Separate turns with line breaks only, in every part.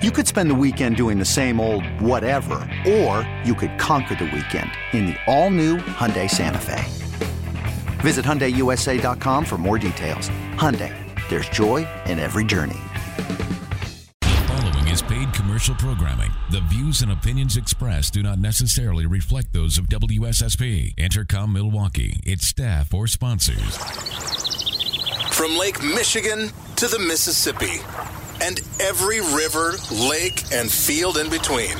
You could spend the weekend doing the same old whatever, or you could conquer the weekend in the all-new Hyundai Santa Fe. Visit HyundaiUSA.com for more details. Hyundai, there's joy in every journey.
Following is paid commercial programming. The views and opinions expressed do not necessarily reflect those of WSSP, Intercom Milwaukee, its staff, or sponsors.
From Lake Michigan to the Mississippi and every river, lake, and field in between.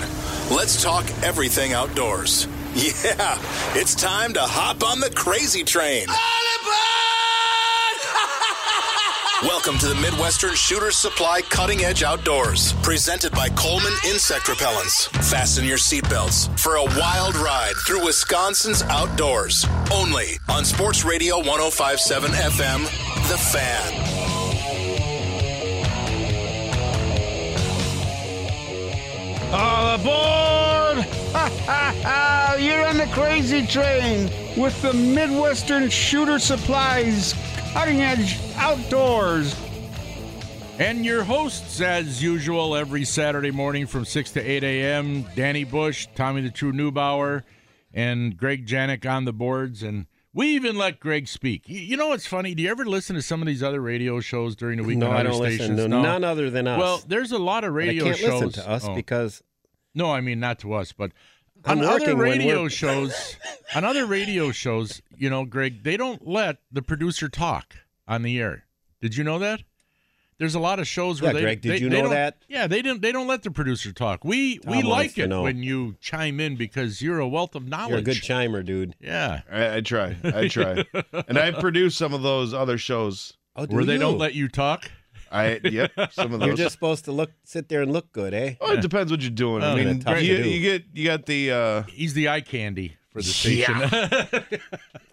Let's talk everything outdoors. Yeah, it's time to hop on the crazy train. Welcome to the Midwestern Shooter Supply Cutting Edge Outdoors, presented by Coleman Insect Repellents. Fasten your seatbelts for a wild ride through Wisconsin's outdoors, only on Sports Radio 1057 FM, The Fan.
All aboard! You're on the crazy train with the Midwestern Shooter Supplies Cutting Edge Outdoors.
And your hosts, as usual, every Saturday morning from 6 to 8 a.m. Danny Bush, Tommy the True Newbauer, and Greg Janik on the boards. And we even let Greg speak. Y- You know what's funny? Do you ever listen to some of these other radio shows during the week?
No,
on
I
other
don't listen.
stations?
to None other than us.
Well, there's a lot of
But
radio
I can't
shows.
listen to us
Oh.
because
No, I mean not to us, but
I'm
on other
working when
radio
we're-
shows, on other radio shows, you know, Greg, they don't let the producer talk on the air. Did you know that? There's a lot of shows where
Yeah,
they,
Greg, did
they-
you
they
know
don't-
that?
Yeah, they didn't. They don't let the producer talk. We
Tom
we
wants
like
to
it
know.
when you chime in because you're a wealth of knowledge.
you're a good chimer, dude.
yeah,
I, I try. I try. and I produced some of those other shows.
Oh, do
where they
you?
don't let you talk.
I yep, some of those.
You're just supposed to look, sit there and look good, eh?
oh, it depends what you're doing.
Oh,
I mean,
that's tough to
you,
do.
you get you got the uh,
He's the eye candy for the station.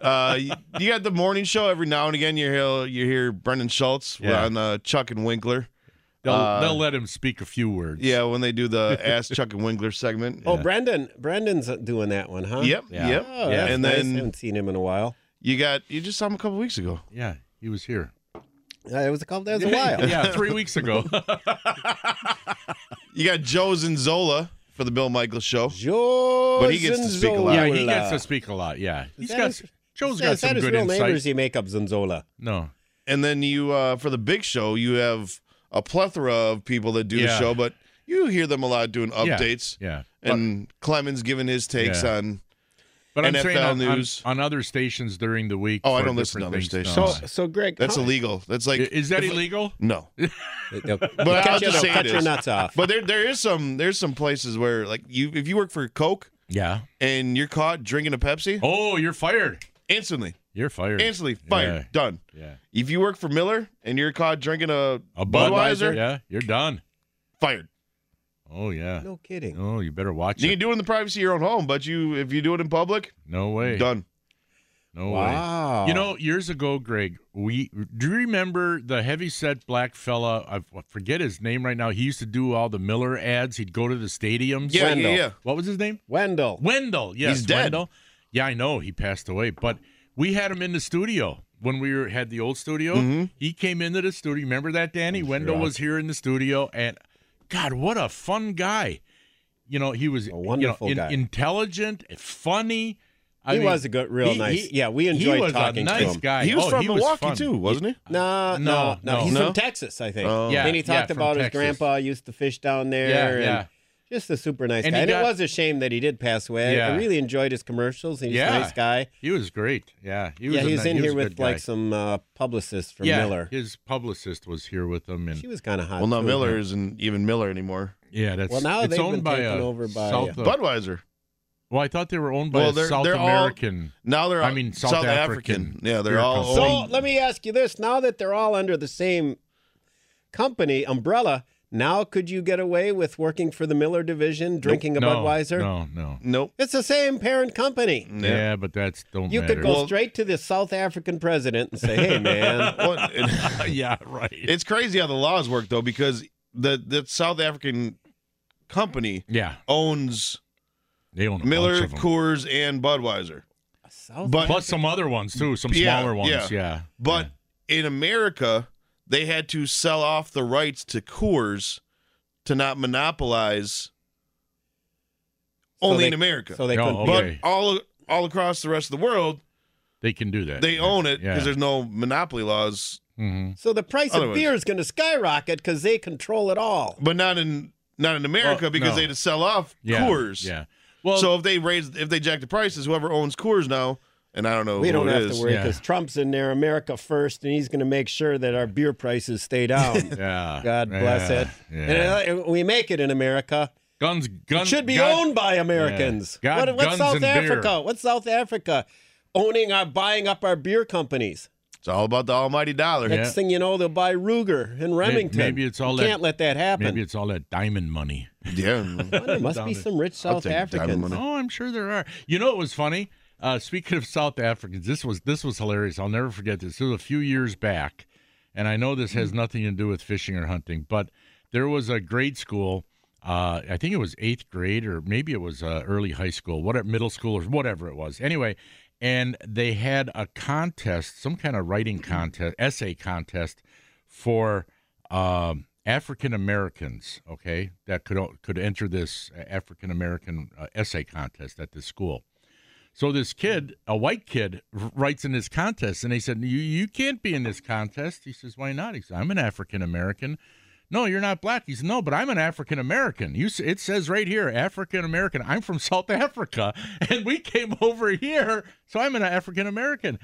uh, you got the morning show every now and again. You hear you hear Brendan Schultz
Yeah.
on uh, Chuck and Winkler.
they'll,
Uh,
they'll let him speak a few words.
Yeah, when they do the Ask Chuck and Winkler segment.
Oh, Brendan, Brendan's doing that one, huh?
yep,
Yeah.
yep.
Oh, yeah.
And
nice.
then
haven't seen him in a while.
you got you just saw him a couple weeks ago.
yeah, he was here.
Uh, it was a couple. That was a while.
yeah, three weeks ago.
You got Joe Zinzola for the Bill Michaels show.
Joe
But he gets to speak a lot.
Yeah, he gets to
Zonzola.
speak a lot. Yeah, he's
uh, that
got
his-
Joe's
Is
got
that-
some
is
good
that his real name or
insight.
does he make up Zonzola?
no,
And then you uh, for the big show, you have a plethora of people that do
Yeah.
the show, but you hear them a lot doing
Yeah,
updates.
yeah.
And Clemens giving his takes
Yeah.
on
But I'm
NFL
saying on, on-
news.
on other stations during the week.
Oh, I
for
don't listen to
different
other
things.
stations.
So,
No.
so Greg,
that's
how-
illegal. That's like
I- is that
if-
illegal?
No.
They'll- they'll
But I'll
cut, your,
just say
cut
it
your
is.
nuts off.
But there there is some there's some places where like you if you work for Coke
Yeah.
and you're caught drinking a Pepsi,
Oh, you're fired.
instantly.
You're fired.
Instantly fired.
Yeah.
Done.
Yeah.
If you work for Miller and you're caught drinking a,
A
Budweiser,
Budweiser. Yeah, you're done.
fired.
Oh yeah.
no kidding.
Oh, you better watch
You
it.
can do it in the privacy of your own home, but you if you do it in public,
No way.
done.
No way.
Wow.
You
Oh.
know, years ago, Greg, we do you remember the heavyset black fella? I forget his name right now. He used to do all the Miller ads. He'd go to the stadiums.
Yeah,
Wendell.
yeah, yeah.
What was his name?
Wendell.
Wendell, yes,
He's dead.
Wendell. Yeah, I know he passed away, but we had him in the studio when we were, had the old studio.
Mm-hmm.
He came into the studio. Remember that, Danny? Wendell was here in the studio, and God, what a fun guy! You know, he was you know,
wonderful
in-
guy.
intelligent, funny. I
he
mean,
was a good, real
he-
nice.
he-
yeah, we
he
enjoyed
was a
talking to
nice
him.
guy.
He was
Oh,
from Milwaukee
fun.
too, wasn't he?
No, no,
No,
no,
no.
He's
No?
from Texas, I think.
Oh.
Yeah,
and he
yeah,
talked
from
about his
Texas.
grandpa used to fish down there.
Yeah,
and
yeah.
Just a super nice
And
guy.
he
And
got-
it was a shame that he did pass away. I-
Yeah.
I really enjoyed his commercials. and He's
Yeah.
a nice guy.
He was great. Yeah, he was.
yeah,
a
he was
ni-
in
he was
here
a
with
good guy.
like some uh, publicists from
yeah,
Miller.
His publicist was here with him, and
She was kind of hot.
Well, no,
too.
Miller isn't even Miller anymore.
yeah, that's
Well, now
it's
they've
owned
been
by
taken
a
over by- uh,
South of-
Budweiser.
Well, I thought they were owned by
Well,
a
they're-
South
they're all-
American.
Now they're
I
all-
mean, South African
Yeah, they're
beer
all
company.
So
owned-
let me ask you this: Now that they're all under the same company umbrella, now could you get away with working for the Miller division, drinking a
no,
Budweiser?
No, no.
Nope.
It's the same parent company.
Mm,
Yeah, but that's don't
You
matter.
could go
Well-
straight to the South African president and say, "Hey, man,
Well, it-
yeah, right.
it's crazy how the laws work though, because the the South African company
Yeah,
owns
they own a bunch
Miller,
of 'em.
Coors, and Budweiser.
South
But
plus some other ones too, some
Yeah,
smaller ones. Yeah,
yeah. but in America, they had to sell off the rights to Coors to not monopolize
So
only
they-
in America.
So they
Oh,
couldn't.
okay.
but all all across the rest of the world,
They can do that.
they own it because
Yeah.
there's no monopoly laws,
hmm
So the price of
Otherwise-
beer is going to skyrocket because they control it all.
but not in not in America
Well,
because
no.
they had to sell off
Yeah.
Coors.
Yeah. Well,
so if they raise if they jack the prices, whoever owns Coors now, and I don't know
We
who
don't
it
have
is,
to worry
yeah.
because Trump's in there, America first, and he's going to make sure that our beer prices stay down.
yeah.
God bless
yeah,
it.
Yeah.
And, uh, we make it in America.
guns, guns
it should be
gun-
owned by Americans.
Yeah. God,
What- what's
guns
South
and beer.
Africa? What's South Africa owning our buying up our beer companies?
it's all about the almighty dollar.
Yeah.
Next thing you know, they'll buy Ruger and Remington.
maybe it's all
you
that-
can't let that happen.
Maybe it's all that diamond money.
Yeah.
Well, there must be
Diamond.
some rich
I'll
South
take diamond
Africans.
money.
Oh, I'm sure there are. You know, it was funny. Uh, speaking of South Africans, this was this was hilarious. I'll never forget this. This was a few years back, and I know this has nothing to do with fishing or hunting, but there was a grade school. Uh, I think it was eighth grade, or maybe it was uh, early high school, what middle school or whatever it was. Anyway, and they had a contest, some kind of writing contest, essay contest for um, African Americans, okay, that could could enter this uh, African American uh, essay contest at this school. So this kid, a white kid, r- writes in this contest, and they said, "You you can't be in this contest." He says, "Why not?" He says, "I'm an African American." No, you're not black. He says, "No, but I'm an African American." You s- it says right here, African American. I'm from South Africa, and we came over here, so I'm an African American.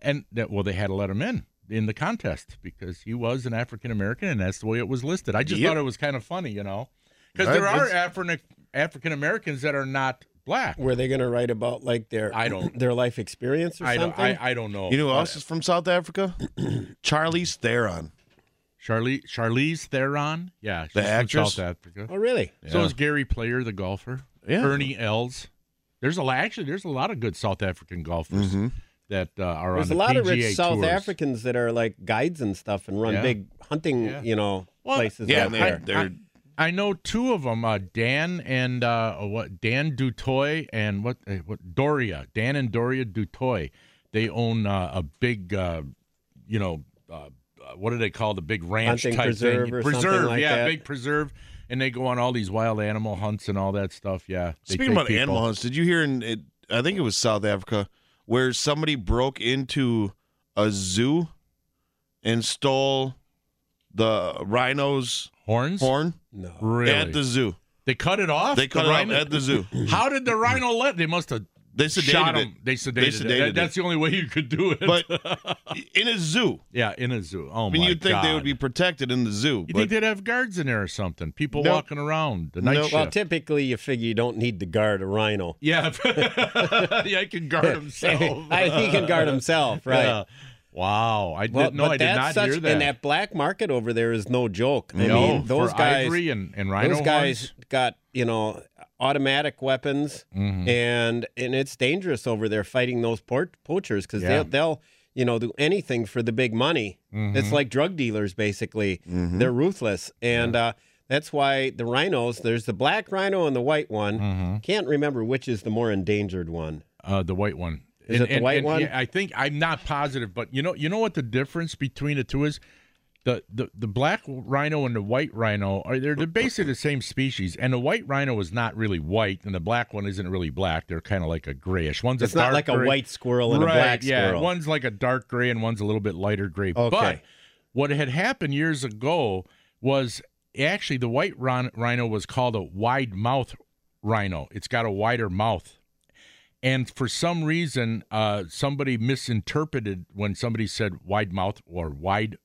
And that well, they had to let him in in the contest because he was an African American, and that's the way it was listed. I just
Yep.
thought it was kind of funny, you know, because
Right,
there are
that's-
Afri- African Americans that are not black.
Were they going to write about like their
I don't-
their life experience or
I don't,
something?
I, I don't know.
You know who else is from South Africa? Charlize Theron.
Charlie Charlize Theron. Yeah, she's
The
from
actress?
South Africa.
oh, really?
So is Gary Player, the golfer.
Yeah.
Ernie Els. There's a lot, actually there's a lot of good South African golfers
Mm-hmm.
that uh, are
There's a
on the
lot
PGA
of rich South
tours.
Africans that are like guides and stuff and run
Yeah.
big hunting,
Yeah.
you know,
Well,
places
Yeah,
out
they-
there.
they're
I know two of them, uh, Dan and uh, what Dan Dutoy and what uh, what Doria, Dan and Doria Dutoy. They own uh, a big, uh, you know, uh, uh, what do they call the big ranch
Hunting
type
preserve
thing?
or something
preserve,
like
yeah,
that.
big preserve, and they go on all these wild animal hunts and all that stuff. Yeah, they
Speaking
take
about
people.
animal hunts, did you hear in it, I think it was South Africa where somebody broke into a zoo and stole the rhino's
horns,
horn
no.
really?
at the zoo.
they cut it off.
They cut
the
it
rhino-
off at the zoo.
How did the rhino let? They must have
They sedated
shot
it.
him. They sedated, it.
sedated
That-
it.
That's the only way you could do it.
But in a zoo,
yeah, in a zoo. Oh
I mean,
my
you'd think they would
God.
be protected in the zoo.
You
But
think they'd have guards in there or something? People
Nope.
walking around the night
Nope.
shift.
Well, typically you figure you don't need to guard a rhino.
yeah, yeah, he can guard himself.
I, he can guard himself, right?
Yeah. Wow, I did
Well,
not no,
but
I did
that's
not
such,
hear that.
And that black market over there is no joke. I
no,
mean, those
for
guys,
ivory and, and rhino
those guys
horns?
got you know automatic weapons,
Mhm.
and and it's dangerous over there fighting those port- poachers because
Yeah.
they'll, they'll you know do anything for the big money.
Mm-hmm.
It's like drug dealers basically. They're ruthless, and uh, that's why the rhinos. There's the black rhino and the white one.
Mm-hmm.
Can't remember which is the more endangered one.
Uh, the white one.
Is it the white one?
yeah, I think I'm not positive, but you know, you know what the difference between the two is. The, the, the black rhino and the white rhino are they're, they're basically the same species and the white rhino is not really white and the black one isn't really black they're kind of like a grayish one's
It's
a
not
dark
like a
gray-
white squirrel Oh, and
right,
a black
yeah.
squirrel.
One's like a dark gray and one's a little bit lighter gray. But
Okay.
what had happened years ago was actually the white rhin- rhino was called a wide mouth rhino. It's got a wider mouth. And for some reason, uh, somebody misinterpreted when somebody said wide mouth or wide,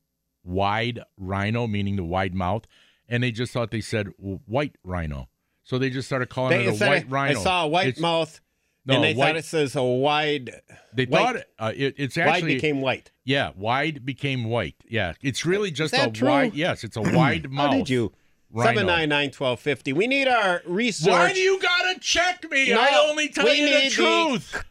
wide rhino, meaning the wide mouth, and they just thought they said w- white rhino. So they just started calling
They
it a
said,
white rhino.
I saw a white
It's-
mouth,
No,
and they
white-
thought it says a wide.
They
white.
thought uh, it, it's actually
wide became white.
Yeah, wide became white. Yeah, it's really just
that
a
true?
wide. Yes, it's a wide mouth.
How did you?
Rhino.
Seven nine nine twelve fifty. We need our research.
Why do you gotta check me?
No,
I only tell
we
you the
need the
truth.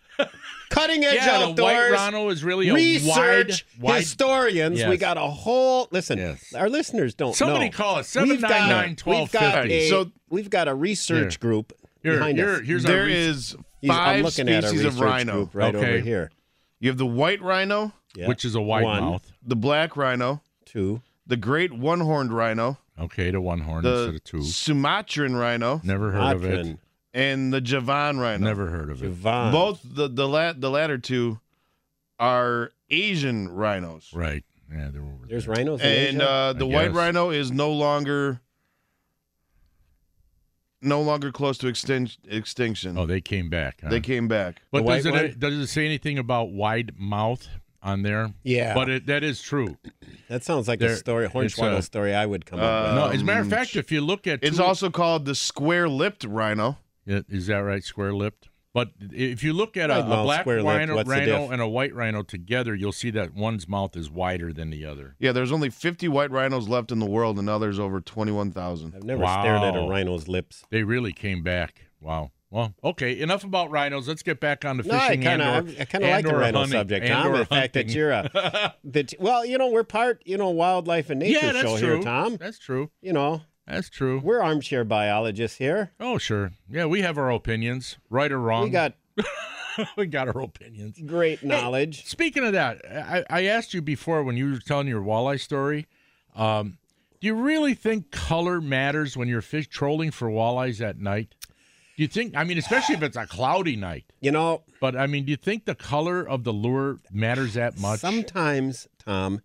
Cutting edge
yeah, the white
outdoors.
rhino is really a
research
wide, wide.
historians. We
Yes.
got a whole listen.
Yes.
Our listeners don't
Somebody
know.
call us
We've got-
799-1250.
We've got a,
So-
we've got a research
Here.
group
Here,
behind
here,
us.
here's our
there
research.
is
He's- I'm
five
looking at a
species of
research
rhino.
group right
Okay.
over here.
You have the white rhino,
Yeah.
which is a wide
One,
mouth.
the black rhino,
Two.
the great one-horned rhino,
Okay, to one horn instead
the
of two.
Sumatran rhino,
Never heard of it.
Hodgkin,
and the Javan rhino.
Never heard of it.
Javon.
Both the the, la- the latter two are Asian rhinos.
Right. Yeah, they're over
There's
there.
rhinos in
and
Asia?
uh, the
I
white
guess.
rhino is no longer no longer close to extin- extinction.
Oh, they came back. huh?
They came back.
But
The
does
white
it,
one?
does it say anything about wide mouth on there?
Yeah.
But it, that is true.
that sounds like
there-
a story, a
it's
hornswoggle
a-
story I would come
Uh,
up
no, as a matter of
Um,
fact, if you look at
It's
two-
also called the square-lipped rhino.
Yeah, is that right? Square lipped. But if you look at a,
Right
a
mouth,
black
square lipped,
rhino,
what's the
rhino
diff?
and a white rhino together, you'll see that one's mouth is wider than the other.
Yeah, there's only 50 white rhinos left in the world, and now there's over 21,000.
with. I've never stared at a
Wow.
rhino's lips.
They really came back. Wow. Well, okay. Enough about rhinos. Let's get back on to
No,
fishing.
I
and
kind of,
or-
I kind of
and
like the
or
rhino
hunting,
subject,
and
Tom.
or
The fact that
hunting.
you're a, that well, you know, we're part, you know, wildlife and nature
yeah, that's
show
true.
here, Tom.
That's true.
You know,
That's true.
we're armchair biologists here.
Oh, sure. Yeah, we have our opinions, right or wrong.
We got
we got our opinions.
great knowledge.
Speaking of that, I, I asked you before when you were telling your walleye story. Um, do you really think color matters when you're fish trolling for walleyes at night? Do you think? I mean, especially if it's a cloudy night.
You know,
But I mean, do you think the color of the lure matters that much,
sometimes, Tom,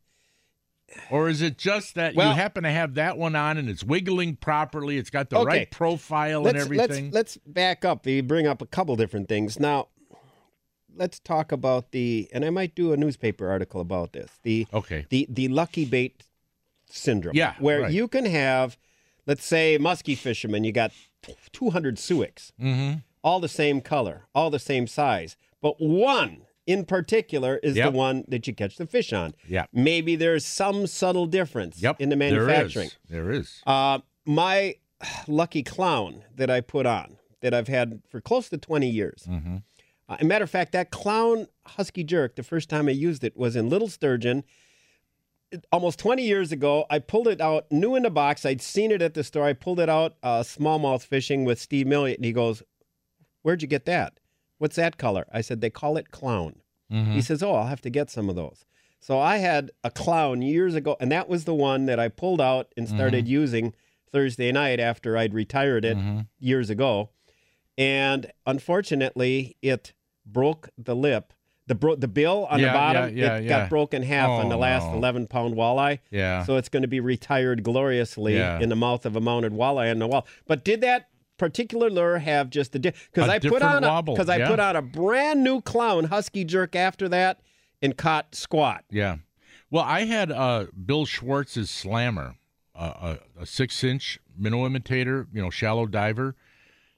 or is it just that you
Well-
happen to have that one on and it's wiggling properly? It's got the
Okay.
right profile and everything.
Let's, let's back up. You bring up a couple different things. Now, let's talk about the, and I might do a newspaper article about this. The
Okay.
the the lucky bait syndrome.
Yeah,
where
right.
you can have, let's say, muskie fishermen. You got two hundred suics,
Mhm.
all the same color, all the same size, but one. In particular, is
Yep.
the one that you catch the fish on.
Yeah.
Maybe there's some subtle difference
Yep.
in the manufacturing.
There is. There is.
Uh, my lucky clown that I put on that I've had for close to 20 years. Uh, a matter of fact, that clown husky jerk, the first time I used it was in Little Sturgeon it- almost 20 years ago. I pulled it out new in the box. I'd seen it at the store. I pulled it out uh, smallmouth fishing with Steve Milliot, and he goes, Where'd you get that? What's that color? I said, They call it clown.
Hmm. Mm-hmm.
He says, Oh, I'll have to get some of those. So I had a clown years ago, and that was the one that I pulled out and
Mm-hmm.
started using Thursday night after I'd retired it
Mm-hmm.
years ago. And unfortunately, it broke the lip. The, bro- the bill on
Yeah,
the bottom
yeah, yeah,
it
yeah.
got broken half on
Oh,
the last
no.
11 pound walleye.
Yeah.
So it's going to be retired gloriously
Yeah.
in the mouth of a mounted walleye on the wall. But did that particular lure have just a because
A
I put
different
on
wobble,
because I
yeah.
put on a brand new clown husky jerk after that and caught squat.
Yeah. Well, I had uh, Bill Schwartz's slammer, uh, a, a six inch minnow imitator, you know, shallow diver,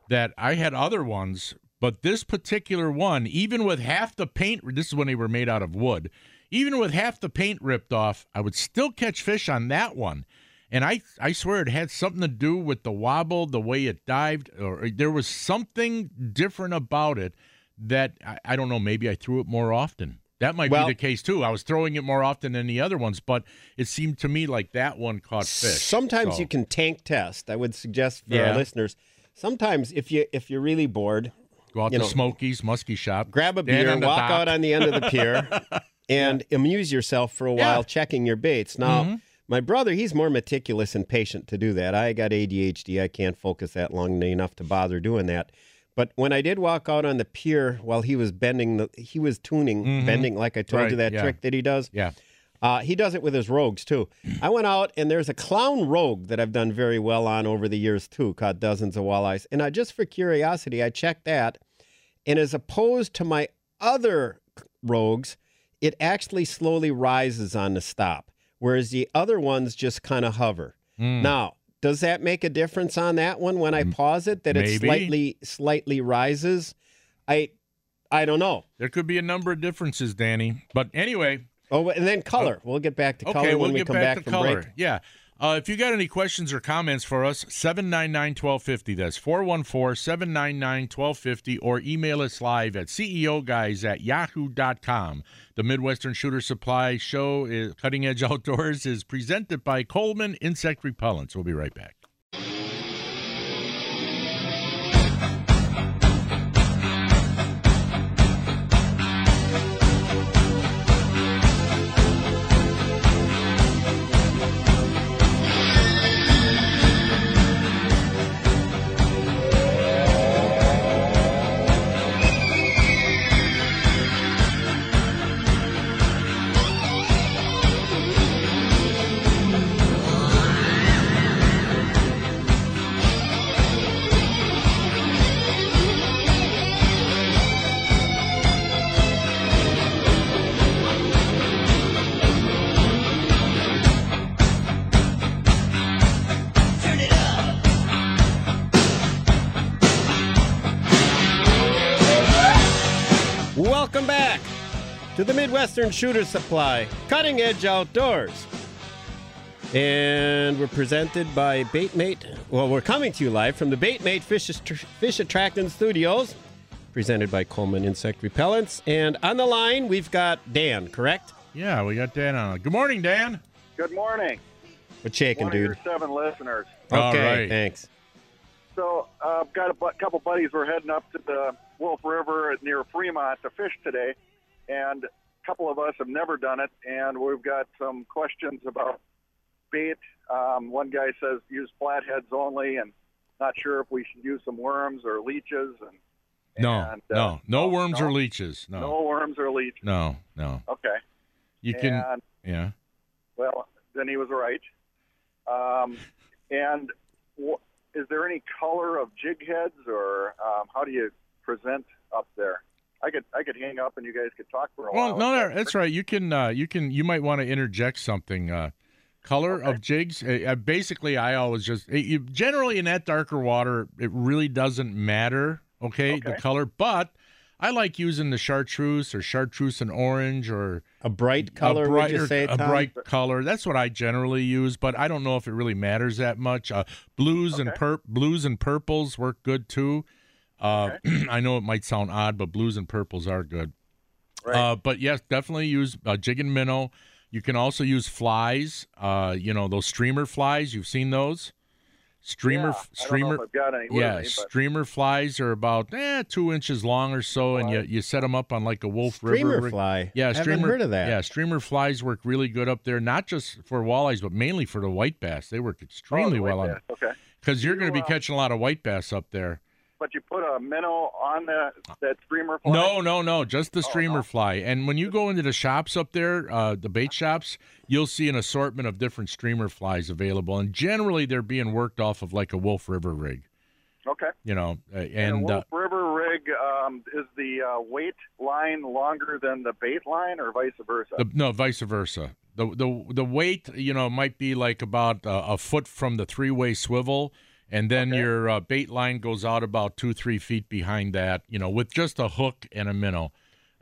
that I had other ones, but this particular one, even with half the paint, this is when they were made out of wood, even with half the paint ripped off, I would still catch fish on that one. And I, I swear it had something to do with the wobble, the way it dived, or there was something different about it that I, I don't know. Maybe I threw it more often. That might
Well-
be the case too. I was throwing it more often than the other ones, but it seemed to me like that one caught fish.
Sometimes
So-
you can tank test. I would suggest for
Yeah.
our listeners. Sometimes if you if you're really bored,
go out
you
to
know,
Smokies, Muskie Shop,
grab a
stand
beer,
on the
walk
dock.
out on the end of the pier, and amuse yourself for a
Yeah. Mm-hmm.
while checking your baits. Now, my brother, he's more meticulous and patient to do that. I got ADHD. I can't focus that long enough to bother doing that. But when I did walk out on the pier while he was bending, the, he was tuning, bending, like I told
Mm-hmm. Right,
you that
yeah.
trick that he does.
Yeah.
Uh, he does it with his rogues too. I went out and there's a clown rogue that I've done very well on over the years too. Caught dozens of walleyes, and I just for curiosity I checked that, and as opposed to my other rogues, it actually slowly rises on the stop, whereas the other ones just kind of hover.
Hmm.
Now, does that make a difference on that one when I pause it that
maybe.
it slightly slightly rises? I I don't know.
There could be a number of differences, Danny. But anyway,
Oh, and then color. We'll get back to color
okay,
when
we'll
we
get
come
back,
back,
to
from
color.
break.
Yeah. Uh, if you got any questions or comments for us, 799 1250. That's 414 799 1250, or email us live at ceoguys at yahoo.com. The Midwestern Shooter Supply Show, is, Cutting Edge Outdoors, is presented by Coleman Insect Repellents. We'll be right back.
Welcome back to the Midwestern Shooter Supply Cutting Edge Outdoors. And we're presented by Baitmate. Well, we're coming to you live from the Baitmate Fish, Attr- Fish Attractant Studios, presented by Coleman Insect Repellents. And on the line, we've got Dan, correct?
Yeah, we got Dan on. Good morning, Dan.
Good morning,
We're shaking,
one of
dude.
your seven listeners.
All
Okay,
right.
thanks.
So uh, I've got a bu- couple buddies. We're heading up to the Wolf River near Fremont to fish today, and a couple of us have never done it, and we've got some questions about bait. Um, one guy says use flatheads only, and not sure if we should use some worms or leeches, and
No,
And, uh,
no, no worms
no.
or leeches. No,
no worms or leeches.
no, no.
Okay,
You can,
and
yeah.
Well, then he was right. Um, and wh- is there any color of jig heads, or um, how do you present up there? I could I could hang up and you guys could talk for a
Well,
while.
no, no, that's right. You can, uh, you can, you might want to interject something. Uh, color of jigs. Uh, uh, basically, I always just uh, you, generally in that darker water, it really doesn't matter. Okay, the
Okay.
color, but I like using the chartreuse or chartreuse and orange or
A bright color,
a
would you
brighter,
say,
a
Tom?
bright color. That's what I generally use, but I don't know if it really matters that much. Uh, blues and pur- blues and purples work good too. Uh, I know it might sound odd, but blues and purples are good. Uh, but yes, definitely use uh, jig and minnow. You can also use flies. Uh, you know those streamer flies. You've seen those. Streamer,
Yeah, I don't know
streamer,
if I've got any. with
yeah,
me, but-
streamer flies are about eh, two inches long or so, and you you set them up on like a Wolf River
Streamer
rig.
fly.
Yeah,
Haven't
streamer.
heard of that.
Yeah, streamer flies work really good up there, not just for walleyes, but mainly for the white bass. They work extremely
oh,
well on
there. Okay,
because you're going to be
uh,
catching a lot of white bass up there.
but you put a minnow on the that streamer fly.
No, no, Oh, no, just the streamer fly. And when you go into the shops up there, uh, the bait shops, you'll see an assortment of different streamer flies available, and generally they're being worked off of like a Wolf River rig.
Okay.
You know, uh,
the
and uh,
Wolf River rig um, is the uh, weight line longer than the bait line, or vice versa.
The, no, vice versa. The, the the weight, you know, might be like about uh, a foot from the three way swivel, and then your uh, bait line goes out about two three feet behind that, you know, with just a hook and a minnow.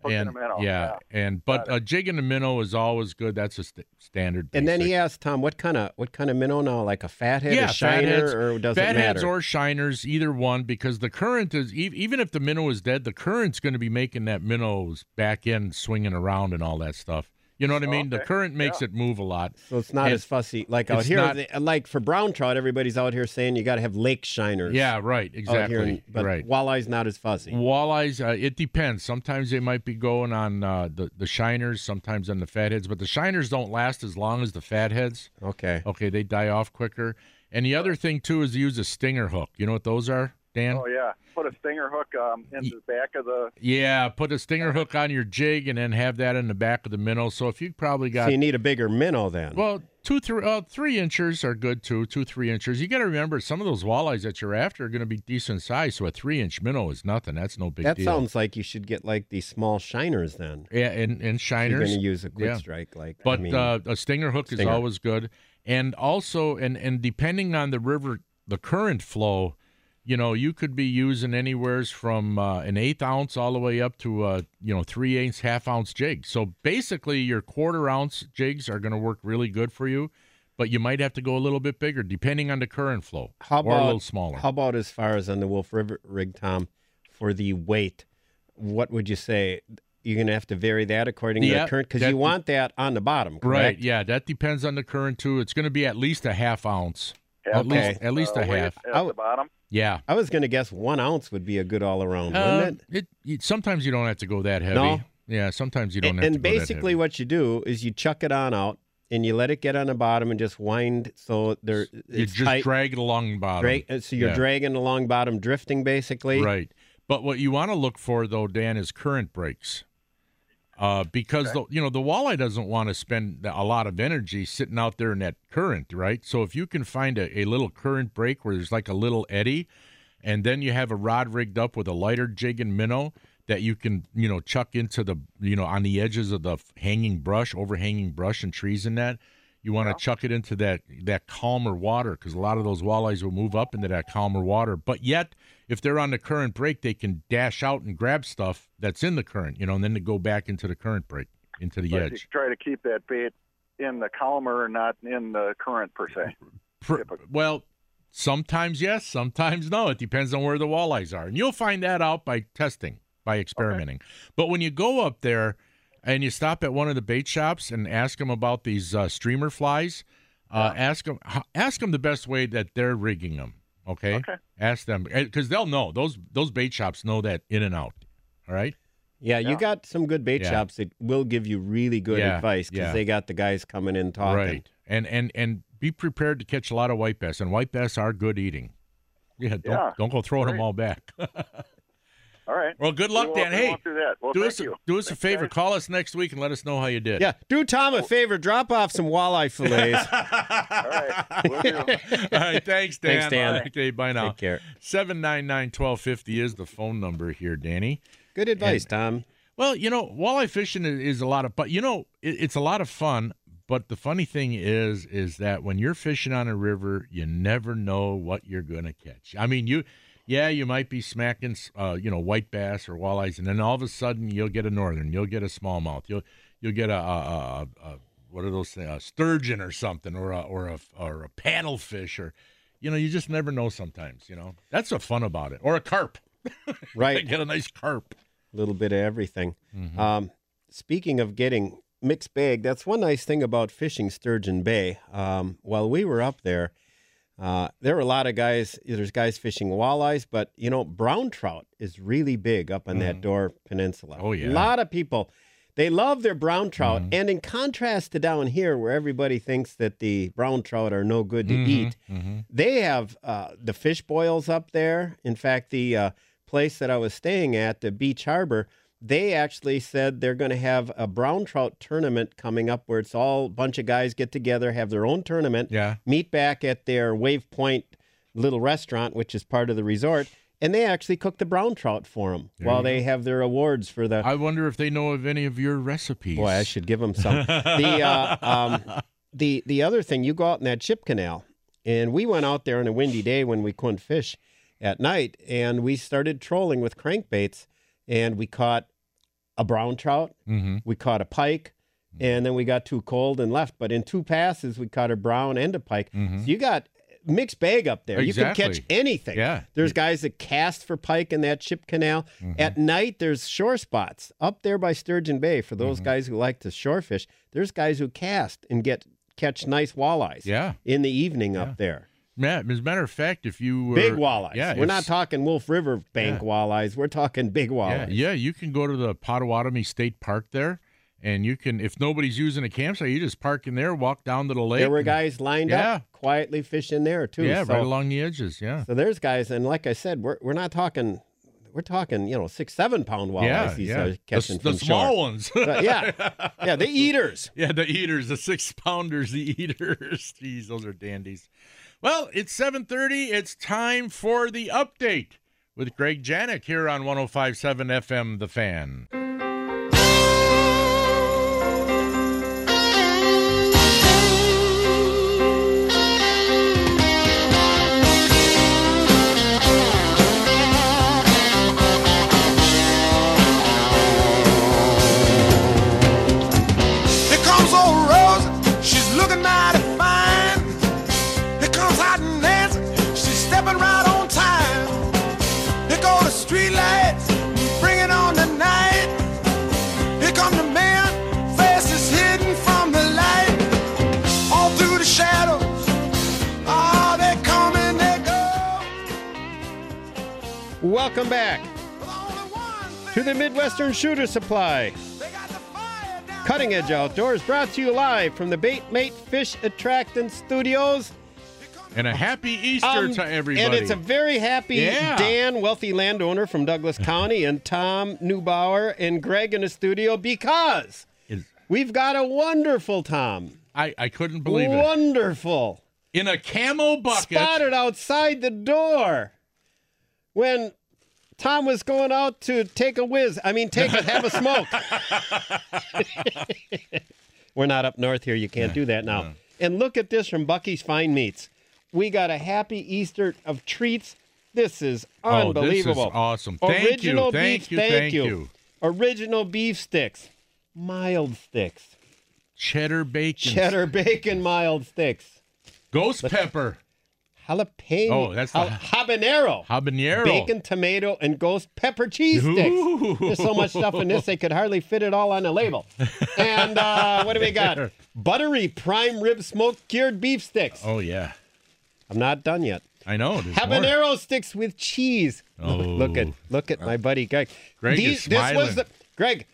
Hook and a minnow,
yeah, and but a jig and a minnow is always good. That's a st- standard.
And then
basic.
he asked Tom, "What kind of what kind of minnow now? Like a fathead,
yeah,
a shiner,
fatheads,
or does it
fatheads
matter?"
or shiners, either one, because the current is e- even if the minnow is dead, the current's going to be making that minnow's back end swinging around and all that stuff. You know what I mean? The current makes it move a lot.
so it's not
and
as fussy. Like out
it's
here,
not-
they- like for brown trout, everybody's out here saying you got to have lake shiners.
Yeah, right,
out
exactly.
here, but
right.
walleye's not as fussy.
Walleyes, uh, it depends. Sometimes they might be going on uh, the the shiners, sometimes on the fatheads, but the shiners don't last as long as the fatheads.
Okay,
Okay, they die off quicker. And the other thing too is to use a stinger hook. You know what those are, Dan?
Oh yeah, put a stinger hook um, in the back of the
Yeah, put a stinger hook on your jig and then have that in the back of the minnow. So if you probably got
so you need a bigger minnow then.
Well, two, three, uh, three inches are good too. Two, three inches. You got to remember, some of those walleyes that you're after are going to be decent size. So a three inch minnow is nothing. That's no big
that
deal.
sounds like you should get like these small shiners then.
yeah, and and
If You're
shiners.
going to use a quick
Yeah.
strike, like
But
I mean,
uh, a stinger hook is
stinger.
always good, and also and and depending on the river, the current flow, you know, you could be using anywheres from uh, an eighth ounce all the way up to uh, you know three eighths half ounce jig. So basically, your quarter ounce jigs are going to work really good for you, but you might have to go a little bit bigger depending on the current flow,
how
or
about
a little smaller.
How about as far as on the Wolf River rig, Tom, for the weight? What would you say? You're going to have to vary that according to
Yeah,
the current because
that-
you want that on the bottom,
Right,
correct?
yeah, that depends on the current too. It's going to be at least a half ounce,
Half
at least
ounce,
at least
uh,
a
weight
half.
at
I
the
would-
bottom.
Yeah,
I was going to guess one ounce would be a good all around, wouldn't
Uh, it- you- sometimes you don't have to go that heavy.
No?
Yeah, sometimes you
it?
don't
And,
have to
and
go
basically,
that
what you do is you chuck it on out and you let it get on the bottom and just wind so there it's
heavy. you just
tight.
drag it along the bottom.
dra- uh, so you're
Yeah.
dragging along bottom, drifting basically.
Right. But what you want to look for though, Dan, is current breaks. Uh, because the, you know the walleye doesn't want to spend a lot of energy sitting out there in that current, right? So if you can find a, a little current break where there's like a little eddy, and then you have a rod rigged up with a lighter jig and minnow that you can you know chuck into the you know on the edges of the f- hanging brush, overhanging brush and trees and that, You want to chuck it into that that calmer water because a lot of those walleyes will move up into that calmer water. But yet, if they're on the current break, they can dash out and grab stuff that's in the current, you know, and then to go back into the current break, into the
But you
edge.
try to keep that bait in the calmer, not in the current per se.
Pr- well, sometimes yes, sometimes no. It depends on where the walleyes are. And you'll find that out by testing, by experimenting. But when you go up there and you stop at one of the bait shops and ask them about these uh, streamer flies, uh, ask them ask them the best way that they're rigging them. Okay, ask them because they'll know those those bait shops know that in and out. All right,
Yeah, you got some good bait
Yeah.
shops that will give you really good
Yeah,
advice because
yeah.
they got the guys coming in talking.
right, and and and be prepared to catch a lot of white bass, and white bass are good eating. Yeah, don't
Yeah,
don't go throwing them all back.
All right.
Well, good luck,
we
Dan.
won't- we
Hey,
won't do that. Well,
do
thank
us
you.
do us a favor. Call us next week and let us know how you did.
Yeah, do Tom a favor. Drop off some walleye fillets.
All right. Will do.
All right. Thanks, Dan.
Thanks, Dan.
Okay. Bye now.
Take care.
Seven nine nine twelve fifty is the phone number here, Danny.
good advice, Tom.
Well, you know, walleye fishing i- is a lot of, but you know, it, it's a lot of fun. But the funny thing is, is that when you're fishing on a river, you never know what you're gonna catch. I mean, you, yeah, you might be smacking, uh, you know, white bass or walleyes, and then all of a sudden you'll get a northern, you'll get a smallmouth, you'll you'll get a, a, a, a what are those things, a sturgeon or something, or a or a or a paddlefish, or you know, you just never know sometimes. You know, that's the fun about it, or a carp.
Right.
Get a nice carp.
little bit of everything.
Mm-hmm.
Um, speaking of getting mixed bag, that's one nice thing about fishing Sturgeon Bay. Um, while we were up there, uh, there were a lot of guys. There's guys fishing walleyes, but you know, brown trout is really big up on that Door Peninsula.
Mm-hmm. Oh, yeah. Mm-hmm.
a lot of people. They love their brown trout, and in contrast to down here, where everybody thinks that the brown trout are no good to eat,
Mm-hmm.
they have uh, the fish boils up there. In fact, the uh, place that I was staying at, the Beach Harbor, they actually said they're going to have a brown trout tournament coming up where it's all bunch of guys get together, have their own tournament,
Yeah.
meet back at their Wave Point little restaurant, which is part of the resort. And they actually cook the brown trout for them while they have their awards for the.
I wonder if they know of any of your recipes.
Boy, I should give them some. the uh, um, the the other thing, you go out in that ship canal, and we went out there on a windy day when we couldn't fish at night, and we started trolling with crankbaits, and we caught a brown trout,
Mm-hmm.
we caught a pike, and then we got too cold and left. But in two passes, we caught a brown and a pike. So you got mixed bag up there. You can catch
Mm-hmm. Exactly.
anything.
Yeah. Mm-hmm.
There's guys that cast for pike in that ship canal. At night, there's shore spots up there by Sturgeon Bay for
Mm-hmm.
those guys who like to shore fish. There's guys who cast and get catch nice walleyes.
Yeah.
In the evening up there.
Yeah, as a matter of fact, if you were,
Big walleyes.
yeah,
We're
if-
not talking Wolf River Bank walleyes. We're talking big
yeah,
walleyes.
yeah, you can go to the Potawatomi State Park there, and you can, if nobody's using a campsite, you just park in there, walk down to the lake.
There were
and-
guys lined
Yeah.
up quietly fishing there too.
yeah,
So-
right along the edges, yeah.
So there's guys, and like I said, we're we're not talking, we're talking, you know, six, seven pound walleyes.
yeah,
these
yeah.
are catching
the, the
from
small
shore.
ones.
But yeah, yeah, the eaters.
Yeah, the eaters, the six pounders, the eaters. Jeez, those are dandies. Well, it's 7:30. It's time for the update with Greg Janik here on 1057 FM The Fan.
Here comes old Rose, she's looking mighty fine. Here comes hot Nancy, she's stepping right on time. Here go the streetlights, bringing on the night. Here come the man, face is hidden from the light. All through the shadows, ah, they come and they go.
Welcome back
But only one
to the
thing,
Midwestern Shooter Supply
they got the fire down
Cutting Edge
below.
Outdoors, brought to you live from the Bait Mate Fish Attractant Studios.
And a happy Easter
Um,
to everybody.
And it's a very happy
Yeah.
Dan, wealthy landowner from Douglas County, and Tom Neubauer and Greg in the studio because
Is-
we've got a wonderful Tom.
I, I couldn't believe it.
wonderful.
In a camo bucket.
Spotted outside the door when Tom was going out to take a whiz. I mean, take it, have a smoke. We're not up north here. You can't do that now. And look at this from Bucky's Fine Meats. We got a happy Easter of treats. This is
Oh, this is
unbelievable.
awesome. Thank you,
Original
thank
beef,
you,
thank,
thank
you.
you.
Original beef sticks, mild sticks,
Cheddar bacon.
cheddar bacon mild sticks,
Ghost pepper.
jalapeno,
Oh, that's the-
ha- habanero,
Habanero.
bacon, tomato, and ghost pepper cheese sticks.
Ooh.
There's so much stuff in this they could hardly fit it all on a label. And uh, what do we got? Buttery prime rib smoked cured beef sticks.
Oh, yeah.
I'm not done yet.
I know. there's more.
Habanero sticks with cheese. Look, look at
Oh.
look at my buddy Greg.
Greg is
this
smiling.
was the Greg.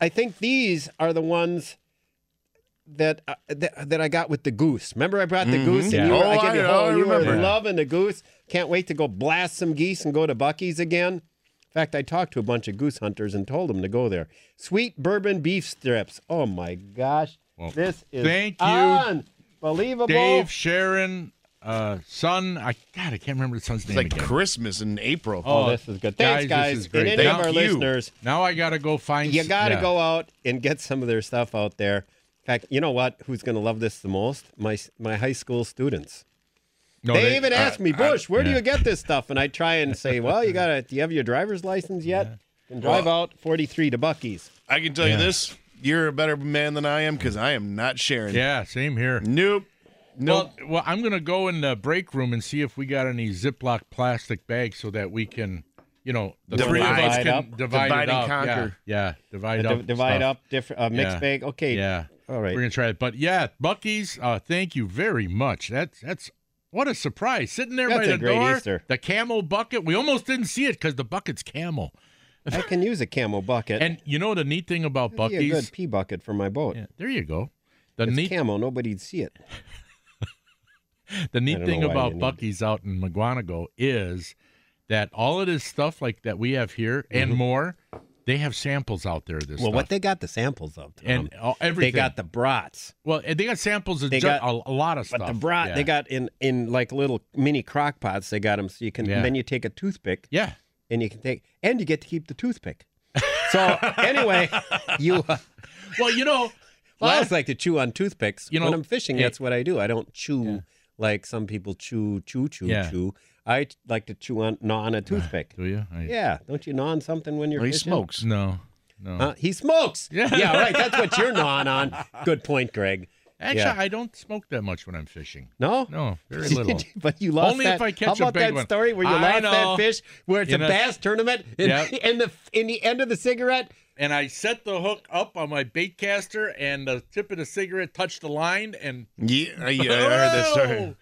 I think these are the ones that uh, that, that I got with the goose. Remember, I brought the goose,
Mm-hmm. Yeah.
and you were,
Oh,
I
I-
gave you,
I
oh, you were
remember.
loving the goose. Can't wait to go blast some geese and go to Bucky's again. In fact, I talked to a bunch of goose hunters and told them to go there. Sweet bourbon beef strips. Oh my gosh,
Well,
this is
thank you,
unbelievable.
Dave, Sharon, uh, son. I God, I can't remember the son's
It's
name
like
again.
Christmas in April.
Oh, this is good. Thanks, guys.
This is great.
And any of
Thank
our
you.
listeners,
Now I gotta go find.
You
s-
got to
yeah.
go out and get some of their stuff out there. In fact, you know what? Who's going to love this the most? My my high school students.
No,
they, even ask me, Bush, where do
uh, yeah.
you get this stuff? And I try and say, well, you got to. Do you have your driver's license yet? And drive out 43 to Bucky's.
I can tell
Yeah.
you this: you're a better man than I am because I am not sharing.
Yeah, same here.
Nope. Nope.
Well, well, I'm gonna go in the break room and see if we got any Ziploc plastic bags so that we can, you know, the three of
Divide
us
it
can
up.
divide,
Divide and
it up.
conquer.
Yeah, yeah, divide
Div-
up,
divide
stuff.
up different uh, mixed
Yeah.
bag. Okay.
Yeah.
All right.
We're gonna try it, but yeah, Bucky's. Uh, thank you very much. That's that's what a surprise. Sitting there
That's
by
a
the
great
door,
Easter.
the camel bucket. We almost didn't see it because the bucket's camel.
I can use a camel bucket.
And you know the neat thing about
That'd be a
Bucky's?
good pea bucket for my boat.
Yeah, there you go. The
It's
neat
camel. Nobody'd see it.
the
I
neat
don't
thing
know why you
about
need-
Bucky's out in McGuanago is that all of this stuff like that we have here and more, they have samples out there. of This
Mm-hmm. Well,
stuff.
what they got the samples of. Tom.
and all,
they
everything
got the brats.
well, and they got samples of
They
ju-
got-
a, a lot of stuff.
But the brat
yeah.
they got in in like little mini crock pots. They got them so you can
Yeah.
then you take a toothpick
yeah.
and you can take and you get to keep the toothpick. So anyway, you uh,
Well, you know,
well, I
last-
always like to chew on toothpicks.
You
when
know,
I'm fishing,
eh,
that's what I do. I don't chew like some people chew, chew, chew,
Yeah. Ah,
chew. I t- like to chew on gnaw on a toothpick.
do you? I-
Yeah, don't you gnaw on something when you're
Well, he
fishing?
smokes.
No, no.
Huh? He smokes.
Yeah.
yeah, right. That's what you're gnawing on. Good point, Greg.
Actually,
yeah.
I don't smoke that much when I'm fishing.
No,
No, very little.
but you lost
Only
that.
if I catch
How
a
about
big
that
one.
story where you
I
lost
know.
that fish, where it's
You
a
know-
bass tournament, and,
Yep.
and the in the end of the cigarette,
and I set the hook up on my bait caster, and the tip of the cigarette touched the line, and
Yeah, yeah, I heard that story.
Oh!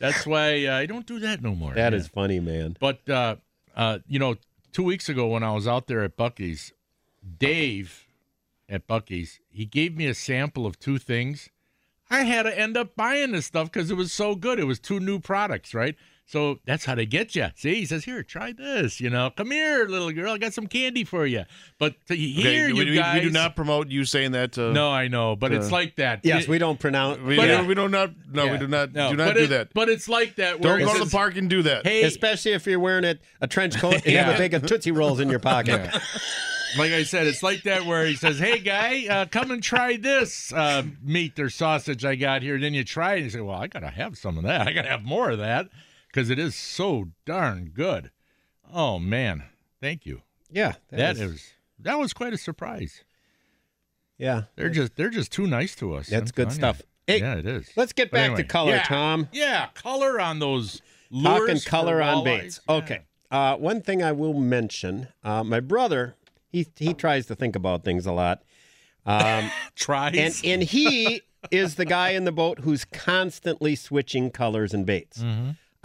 That's why uh, I don't do that no more.
That
Yeah.
is funny, man.
But uh, uh, you know, two weeks ago when I was out there at Bucky's, Dave at Bucky's, he gave me a sample of two things. I had to end up buying this stuff because it was so good. It was two new products, right? So that's how they get you. See, he says, "Here, try this." You know, come here, little girl. I got some candy for you. But to here,
Okay,
you
we, we-
guys.
we do not uh, promote you saying that. To,
No, I know, but it's like that.
Yes,
It-
we don't pronounce.
we,
But-
do we do not. No,
yeah.
we do not.
No,
do not
but
do
it-
that.
But it's like that. where
Don't
it
go to the
says,
park and do that.
Hey,
Especially if you're wearing a, a trench coat and have
Yeah.
a bag of Tootsie Rolls in your pocket.
like I said, it's like that where he says, "Hey guy, uh, come and try this uh, meat or sausage I got here." Then you try it and you say, "Well, I gotta have some of that. I gotta have more of that because it is so darn good." Oh man, thank you.
Yeah,
That is that was quite a surprise.
Yeah,
They're just they're just too nice to us.
that's
I'm
good
telling
stuff.
you.
Hey,
yeah, it is.
let's get
But
back
anyway,
to color,
yeah,
Tom.
Yeah, color on those lures.
Talking
for
color on
walleyes.
baits.
Yeah.
Okay. Uh, one thing I will mention, uh, my brother, he he tries to think about things a lot.
Tries.
and and he is the guy in the boat who's constantly switching colors and baits.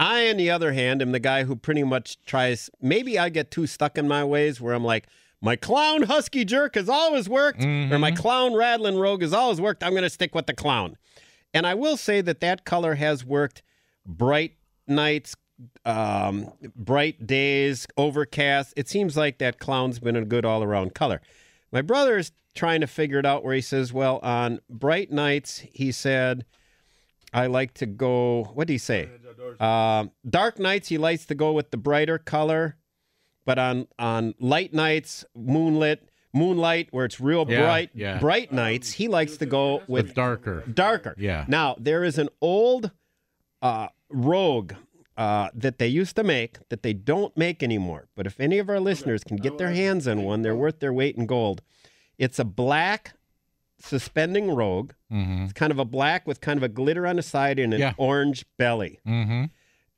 I, on the other hand, am the guy who pretty much tries. Maybe I get too stuck in my ways where I'm like, my clown husky jerk has always worked, or my clown rattling rogue has always worked. I'm going to stick with the clown. And I will say that that color has worked bright nights, um, bright days, overcast. It seems like that clown's been a good all around color. My brother is trying to figure it out where he says, well, on bright nights, he said, I like to go, what did he say? Um, dark nights, he likes to go with the brighter color, but on, on light nights, moonlit, moonlight where it's real
Yeah,
bright,
yeah.
bright nights, he likes to go with
darker.
darker.
Yeah.
Now there is an old uh, rogue uh, that they used to make that they don't make anymore. But if any of our listeners can get their hands on one, they're worth their weight in gold. It's a black suspending rogue.
Mm-hmm,
It's kind of a black with kind of a glitter on the side and an
Yeah.
orange belly.
Mm-hmm.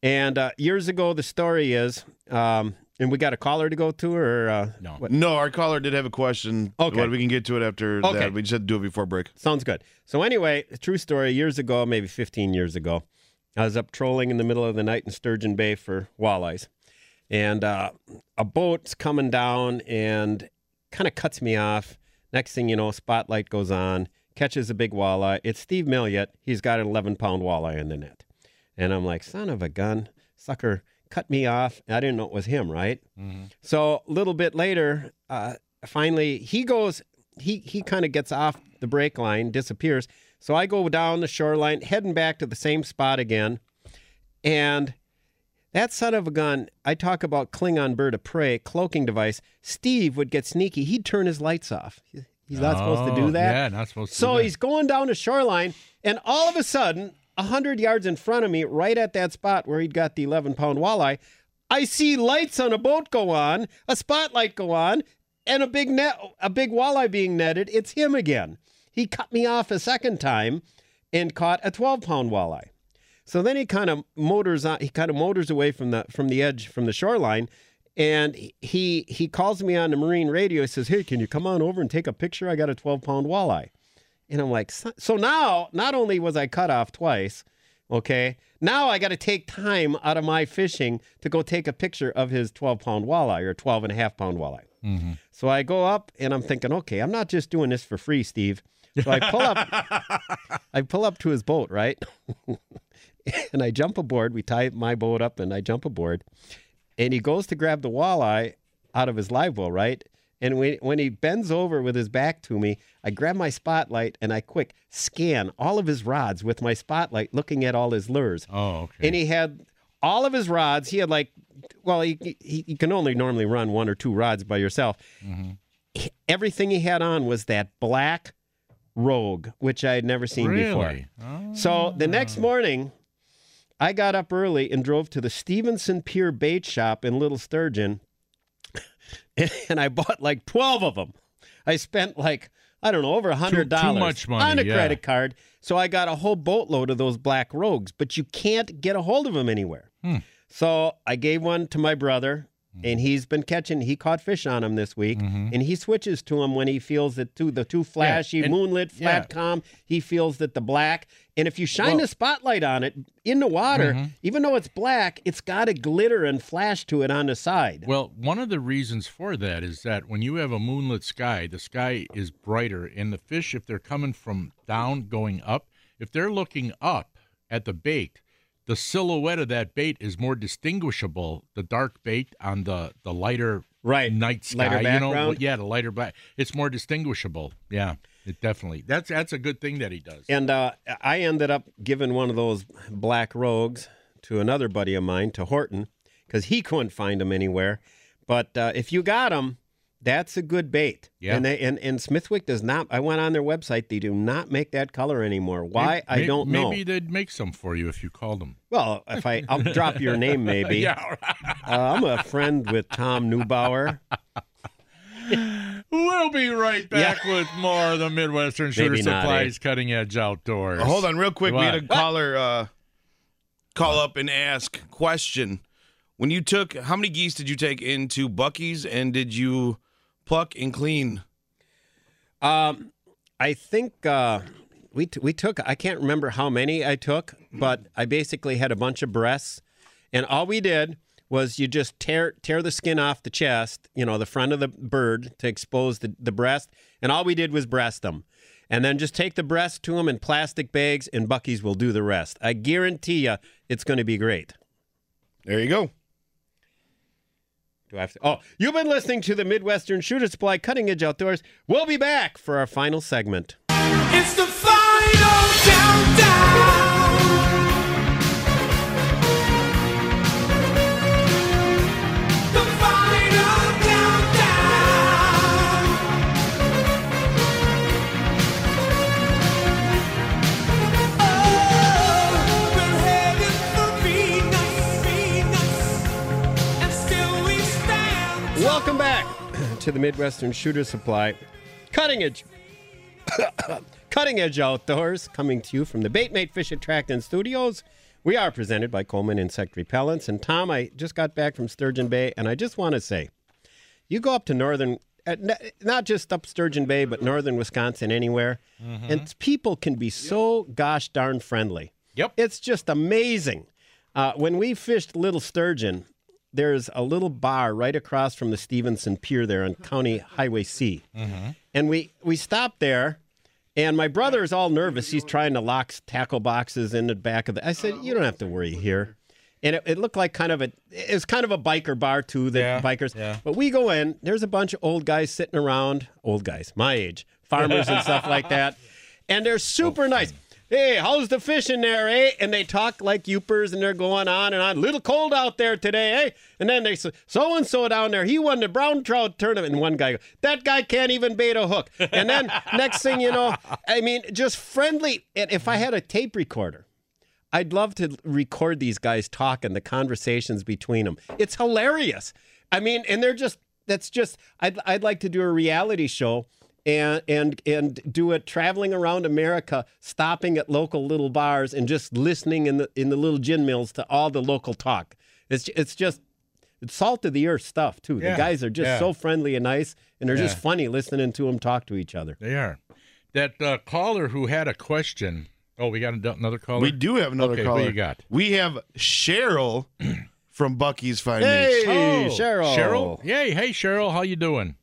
And uh, years ago, the story is, um, and we got a caller to go to, or uh,
No.
No, our caller did have a question.
Okay.
But we can get to it after
Okay.
that. We just had to do it before break.
Sounds good. So anyway, true story. Years ago, maybe 15 years ago, I was up trolling in the middle of the night in Sturgeon Bay for walleyes, and uh, a boat's coming down and kind of cuts me off. Next thing you know, spotlight goes on, catches a big walleye. It's Steve Milliot. He's got an 11 pound walleye in the net, and I'm like, son of a gun, sucker, cut me off. I didn't know it was him, right?
Mm-hmm.
So a little bit later, uh, finally he goes. He he kind of gets off the brake line, disappears. So I go down the shoreline, heading back to the same spot again, and that son of a gun. I talk about Klingon bird of prey cloaking device. Steve would get sneaky. He'd turn his lights off. He- He's not supposed to
Oh,
do that.
Yeah, not supposed to.
So
do that.
he's going down the shoreline, and all of a sudden, a hundred yards in front of me, right at that spot where he'd got the eleven-pound walleye, I see lights on a boat go on, a spotlight go on, and a big net, a big walleye being netted. It's him again. He cut me off a second time, and caught a twelve-pound walleye. So then he kind of motors on. He kind of motors away from the from the edge from the shoreline, and he he calls me on the marine radio. He says, "Hey, can you come on over and take a picture? I got a twelve pound walleye." And I'm like, "So so now not only was I cut off twice, okay, now I got to take time out of my fishing to go take a picture of his twelve pound walleye or 12 and a half pound walleye." So I go up and I'm thinking, okay, I'm not just doing this for free, Steve. So I pull up, I pull up to his boat, right? and I jump aboard. We tie my boat up and I jump aboard. And he goes to grab the walleye out of his live well, right? And when, when he bends over with his back to me, I grab my spotlight and I quick scan all of his rods with my spotlight, looking at all his lures.
Oh, okay.
And he had all of his rods. He had like, well, he, he, he can only normally run one or two rods by yourself.
Mm-hmm.
He- everything he had on was that black rogue, which I had never seen before.
really? Oh.
So the next morning, I got up early and drove to the Stevenson Pier Bait Shop in Little Sturgeon, and I bought like twelve of them. I spent like I don't know over a hundred dollars
much money,
on a
yeah.
credit card, so I got a whole boatload of those black rogues. But you can't get a hold of them anywhere.
Hmm.
So I gave one to my brother, and he's been catching. He caught fish on him this week,
Mm-hmm.
and he switches to them when he feels that too the too flashy,
and-
moonlit, flat
yeah.
calm. He feels that the black, and if you shine the spotlight on it in the water,
Mm-hmm.
even though it's black, it's got a glitter and flash to it on the side.
Well, one of the reasons for that is that when you have a moonlit sky, the sky is brighter, and the fish, if they're coming from down going up, if they're looking up at the bait, the silhouette of that bait is more distinguishable. The dark bait on the the lighter
Right.
night sky,
Lighter
you know,
background.
yeah, the lighter black, it's more distinguishable. Yeah, it definitely. That's that's a good thing that he does.
And uh, I ended up giving one of those black rogues to another buddy of mine, to Horton, because he couldn't find them anywhere. But uh, if you got them, that's a good bait.
Yeah.
And, they, and and Smithwick does not. I went on their website; they do not make that color anymore. Why? I
May-
don't know.
Maybe they'd make some for you if you called them.
Well, if I, I'll drop your name, maybe.
Yeah.
Uh, I'm a friend with Tom Neubauer.
We'll be right back with more of the Midwestern Shooter
Maybe not, eh?
Supplies Cutting Edge Outdoors.
Hold on, real quick. We had a
What?
caller uh, call up and ask question. When you took, how many geese did you take into Bucky's, and did you pluck and clean?
Um, I think uh, we t- we took. I can't remember how many I took, but I basically had a bunch of breasts, and all we did was you just tear tear the skin off the chest, you know, the front of the bird to expose the, the breast, and all we did was breast them. And then just take the breast to them in plastic bags, and Bucky's will do the rest. I guarantee you, it's going to be great.
There you go.
Do I have to? Oh, you've been listening to the Midwestern Shooter Supply Cutting Edge Outdoors. We'll be back for our final segment.
It's the final countdown. The final countdown.
Welcome back to the Midwestern Shooter Supply. Cutting edge. Cutting Edge Outdoors, coming to you from the Baitmate Fish Attractant Studios. We are presented by Coleman Insect Repellents. And Tom, I just got back from Sturgeon Bay, and I just want to say you go up to northern, uh, n- not just up Sturgeon Bay, but northern Wisconsin, anywhere, and people can be so gosh darn friendly.
Yep.
It's just amazing. Uh, when we fished Little Sturgeon, there's a little bar right across from the Stevenson Pier there on County Highway C. And we, we stopped there, and my brother is all nervous. He's trying to lock tackle boxes in the back of the. I said, "You don't have to worry here." And it, it looked like kind of a it was kind of a biker bar too, the
Yeah,
bikers.
yeah.
But we go in. There's a bunch of old guys sitting around, old guys my age, farmers and stuff like that, and they're super nice. Hey, how's the fish in there, eh? And they talk like youpers, and they're going on and on. Little cold out there today, eh? And then they say, so and so down there, he won the brown trout tournament. And one guy, goes, that guy can't even bait a hook. And then next thing you know, I mean, just friendly. And if I had a tape recorder, I'd love to record these guys talking, the conversations between them. It's hilarious. I mean, and they're just that's just I'd I'd like to do a reality show and and and do it traveling around America, stopping at local little bars and just listening in the in the little gin mills to all the local talk. It's it's just it's salt of the earth stuff too.
Yeah,
The guys are just
yeah.
so friendly and nice, and they're just
Yeah.
funny listening to them talk to each other.
They are. That uh, caller who had a question. Oh, we got an- another caller.
We do have another
Okay,
caller.
What you got?
We have Cheryl from Bucky's Fine
Hey,
Meats.
Oh,
Cheryl.
Cheryl. Yay. Hey, Cheryl. How you doing?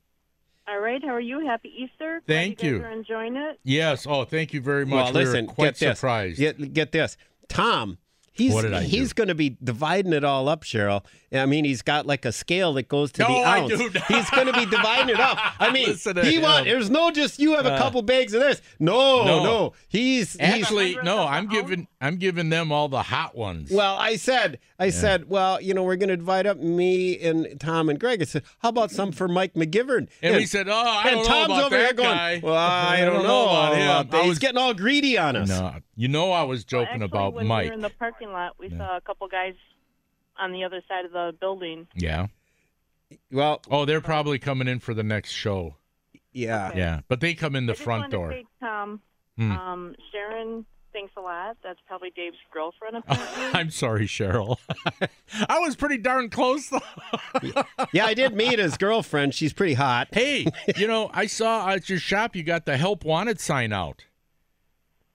All right, how are you? Happy Easter. Glad
Thank
you.
you.
Guys are enjoying it.
Yes. Oh, thank you very much.
Well,
We
listen,
were quite
get this.
surprised.
Get, get this. Tom, he's
What did I
he's going to be dividing it all up, Cheryl. I mean, he's got like a scale that goes to
No,
the
I
ounce.
do not.
He's going to be dividing it up. I mean,
Listen to
he
him. Uh,
want there's no just you have a couple bags of this. No, no.
No.
He's he's
Actually, no. I'm
Ounce?
giving I'm giving them all the hot ones.
well, I said, I said, well, you know, we're going to divide up me and Tom and Greg. I said, how about some for Mike McGivern?
and, we said, oh, I
and
don't
Tom's
know about
over
that
here going,
guy.
well, I don't, know, about,
him.
that.
I
He's
was-
getting all greedy on us.
No, you know I was
Well,
joking
actually,
about
when
Mike.
we were in the parking lot, we saw a couple guys on the other side of the building.
yeah.
Well,
Oh, they're probably coming in for the next show.
yeah.
Yeah, but they come in the
I just
front
wanted
door.
To say, Tom,
Hmm.
um, Sharon, thanks a lot. That's probably Dave's girlfriend. Apparently.
I'm sorry, Cheryl. I was pretty darn close though.
yeah, I did meet his girlfriend. She's pretty hot.
Hey, you know, I saw at your shop you got the help wanted sign out.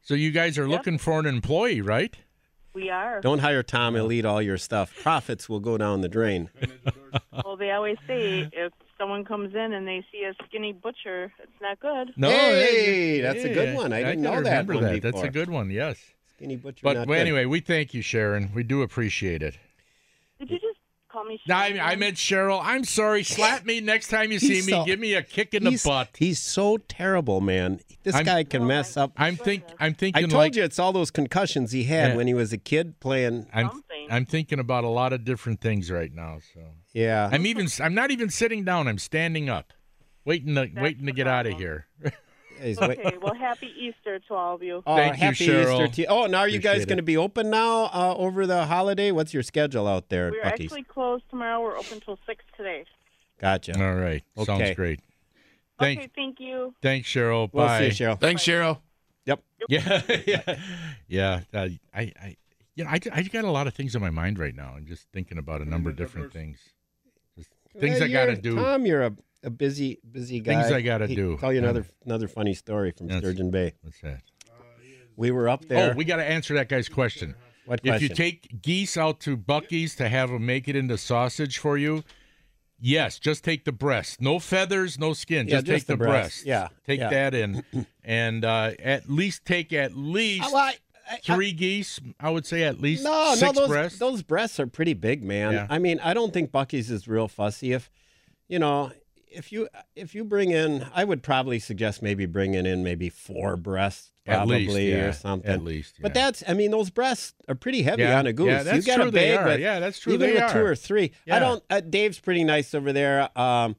So you guys are looking for an employee, right?
we are.
Don't hire Tom. He'll eat all your stuff. Profits will go down the drain.
Well, they always say if someone comes in and they see a skinny butcher, it's not good.
No,
Hey, that's a good one. I
can
didn't know that
remember
one
that. That's
before.
a good one. Yes.
Skinny butcher.
But
not
well,
good.
anyway, we thank you, Sharon. We do appreciate it.
Did you just call me?
No, I,
Sharon?
I meant Cheryl. I'm sorry. Slap me next time you see
He's
me.
so-
Give me a kick in the
he's,
butt.
He's so terrible, man. This
I'm-
guy can mess up.
I'm think. I'm
I
thinking
told
like.
you it's all those concussions he had
Yeah.
when he was a kid playing.
I'm,
Something.
I'm thinking about a lot of different things right now. So
Yeah.
I'm even. I'm not even sitting down. I'm standing up, waiting to waiting to
the
get out of
problem.
here.
He's wait-
Okay, well, happy Easter to all of you.
Oh,
Thank you,
happy
Cheryl.
Easter to you. Oh, now are you
Appreciate
guys
it.
going to be open now uh, over the holiday? What's your schedule out there at
We're
Bucky's?
actually closed tomorrow. We're open till six today.
Gotcha.
All right. Sounds
Okay.
great. Thanks.
Okay, thank you.
Thanks, Cheryl.
We'll
Bye.
see you, Cheryl.
Thanks, Cheryl.
Yeah, yeah, yeah. Uh, I, I, you know, I, I got a lot of things in my mind right now. I'm just thinking about a number of different things, Just things
Well,
I gotta
you're-
do.
Tom, you're a, a busy, busy guy.
Things I gotta
Hey,
do.
Tell you
Yeah.
another another funny story from
Yes.
Sturgeon Bay.
What's that?
We were up there.
Oh, we gotta answer that guy's question.
what
If you
question?
take geese out to Bucky's to have them make it into sausage for you, yes, just take the breast. No feathers, no skin.
Yeah,
just,
just
take
the
the, breast.
breast. Yeah,
Take
yeah.
that in. and uh, at least take at least
Uh, well, I- I- I-
three geese, I would say at least
no, no,
six
those
breasts.
those breasts are pretty big, man.
Yeah.
I mean, I don't think Bucky's is real fussy. If you know, if you if you bring in, I would probably suggest maybe bringing in maybe four breasts,
At
probably
least, yeah,
or something.
at least,
But
yeah.
that's, I mean, those breasts are pretty heavy
Yeah,
on a goose.
yeah,
you
that's
got a
true they
bag
are.
with,
Yeah, that's true
Even
they
with two
are.
or three. I
Yeah.
don't. Uh, Dave's pretty nice over there. Um,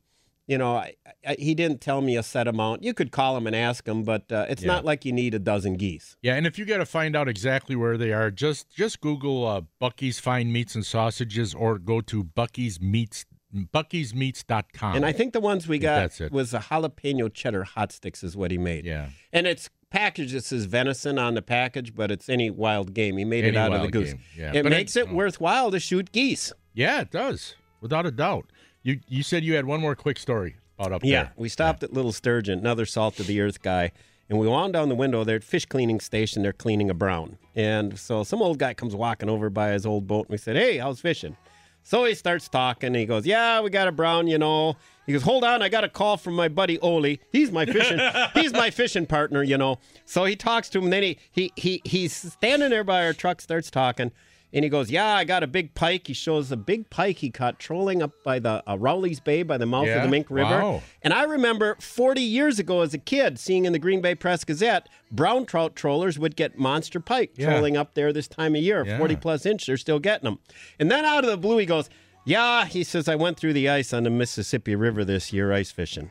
you know, I, I, he didn't tell me a set amount. You could call him and ask him, but uh, it's
Yeah.
not like you need a dozen geese.
Yeah, and if you got to find out exactly where they are, just just Google uh, Bucky's Fine Meats and Sausages or go to Bucky's Meats buckysmeats.com.
And I think the ones we got
That's it.
was the jalapeno cheddar hot sticks is what he made.
Yeah.
And it's packaged. It says venison on the package, but it's any wild game. He made
Any
it out of the
wild
goose.
game, yeah.
It
But mm. I-
makes it worthwhile to shoot geese.
Yeah, it does. Without a doubt. You you said you had one more quick story about up
Yeah,
there.
we stopped at Little Sturgeon, another salt of the earth guy, and we wound down the window. They're at fish cleaning station. They're cleaning a brown, and so some old guy comes walking over by his old boat, and we said, "Hey, how's fishing?" So he starts talking. And he goes, "Yeah, we got a brown, you know." He goes, "Hold on, I got a call from my buddy Ole. He's my fishing, he's my fishing partner, you know." So he talks to him. Then he he he he's standing there by our truck, starts talking. And he goes, Yeah, I got a big pike. He shows a big pike he caught trolling up by the uh, Rowley's Bay by the mouth
Yeah?
of the Mink River.
Wow.
And I remember 40 years ago as a kid seeing in the Green Bay Press Gazette, brown trout trollers would get monster pike
Yeah.
trolling up there this time of year,
Yeah.
40 plus inch. They're still getting them. And then out of the blue, he goes, Yeah, he says, I went through the ice on the Mississippi River this year ice fishing.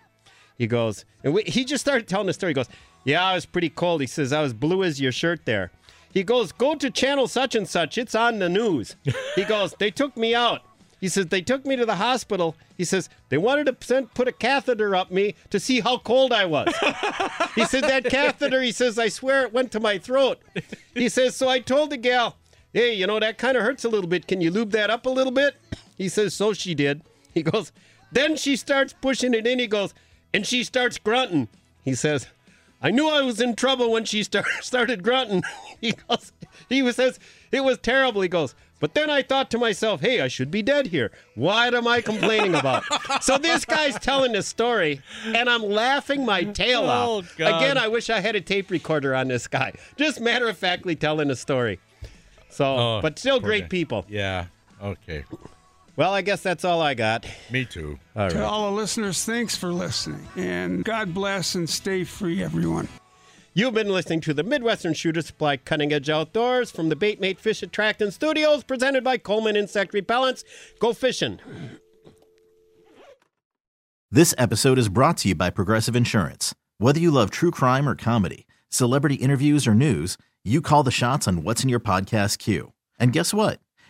He goes, and we, he just started telling the story. He goes, Yeah, I was pretty cold. He says, I was blue as your shirt there. He goes, Go to channel such and such. It's on the news. He goes, They took me out. He says, They took me to the hospital. He says, They wanted to send, put a catheter up me to see how cold I was. he said, That catheter, he says, I swear it went to my throat. He says, So I told the gal, Hey, you know, that kind of hurts a little bit. Can you lube that up a little bit? He says, So she did. He goes, Then she starts pushing it in. He goes, And she starts grunting. He says, I knew I was in trouble when she start, started grunting. he goes, He was- says, It was terrible. He goes, but then I thought to myself, hey, I should be dead here. What am I complaining about? so this guy's telling this story, and I'm laughing my tail
Oh,
off.
God.
Again, I wish I had a tape recorder on this guy. Just matter of factly telling a story. So,
Oh,
but still
poor
great
guy.
people.
Yeah. Okay.
Well, I guess that's all I got.
Me too.
To all the listeners, thanks for listening. And God bless and stay free, everyone.
You've been listening to the Midwestern Shooter Supply Cutting Edge Outdoors from the Baitmate Fish Attractant Studios, presented by Coleman Insect Repellents. Go fishing.
This episode is brought to you by Progressive Insurance. Whether you love true crime or comedy, celebrity interviews or news, you call the shots on what's in your podcast queue. And guess what?